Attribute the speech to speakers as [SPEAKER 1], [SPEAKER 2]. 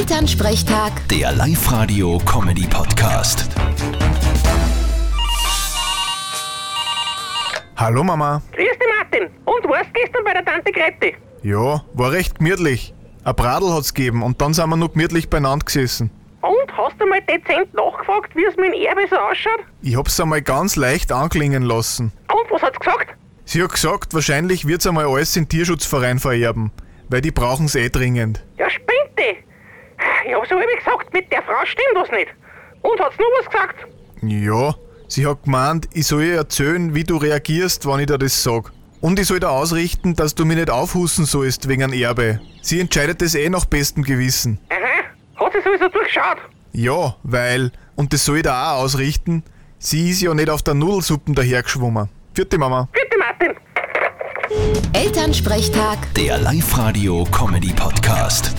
[SPEAKER 1] Elternsprechtag,
[SPEAKER 2] Der Live-Radio-Comedy-Podcast.
[SPEAKER 3] Hallo Mama.
[SPEAKER 4] Grüß dich, Martin. Und warst gestern bei der Tante Gretti?
[SPEAKER 3] Ja, war recht gemütlich. Ein Bradl hat's gegeben und dann sind wir noch gemütlich beieinander gesessen.
[SPEAKER 4] Und hast du mal dezent nachgefragt, wie es mit dem Erbe so ausschaut?
[SPEAKER 3] Ich hab's einmal ganz leicht anklingen lassen.
[SPEAKER 4] Und was hat's gesagt?
[SPEAKER 3] Sie hat gesagt, wahrscheinlich wird's einmal alles in den Tierschutzverein vererben, weil die brauchen's eh dringend.
[SPEAKER 4] Ja, spinnt die. Ja, so habe ich gesagt, mit der Frau stimmt was nicht. Und hat's noch was gesagt?
[SPEAKER 3] Ja, sie hat gemeint, ich soll ihr erzählen, wie du reagierst, wenn ich dir das sag. Und ich soll dir ausrichten, dass du mich nicht aufhusten sollst wegen ein Erbe. Sie entscheidet das eh nach bestem Gewissen.
[SPEAKER 4] Aha, hat sie sowieso durchschaut.
[SPEAKER 3] Ja, weil, und das soll ich dir auch ausrichten, sie ist ja nicht auf der Nudelsuppen dahergeschwommen. Vierte Mama.
[SPEAKER 4] Bitte, Martin.
[SPEAKER 1] Elternsprechtag.
[SPEAKER 2] Der Live-Radio-Comedy-Podcast.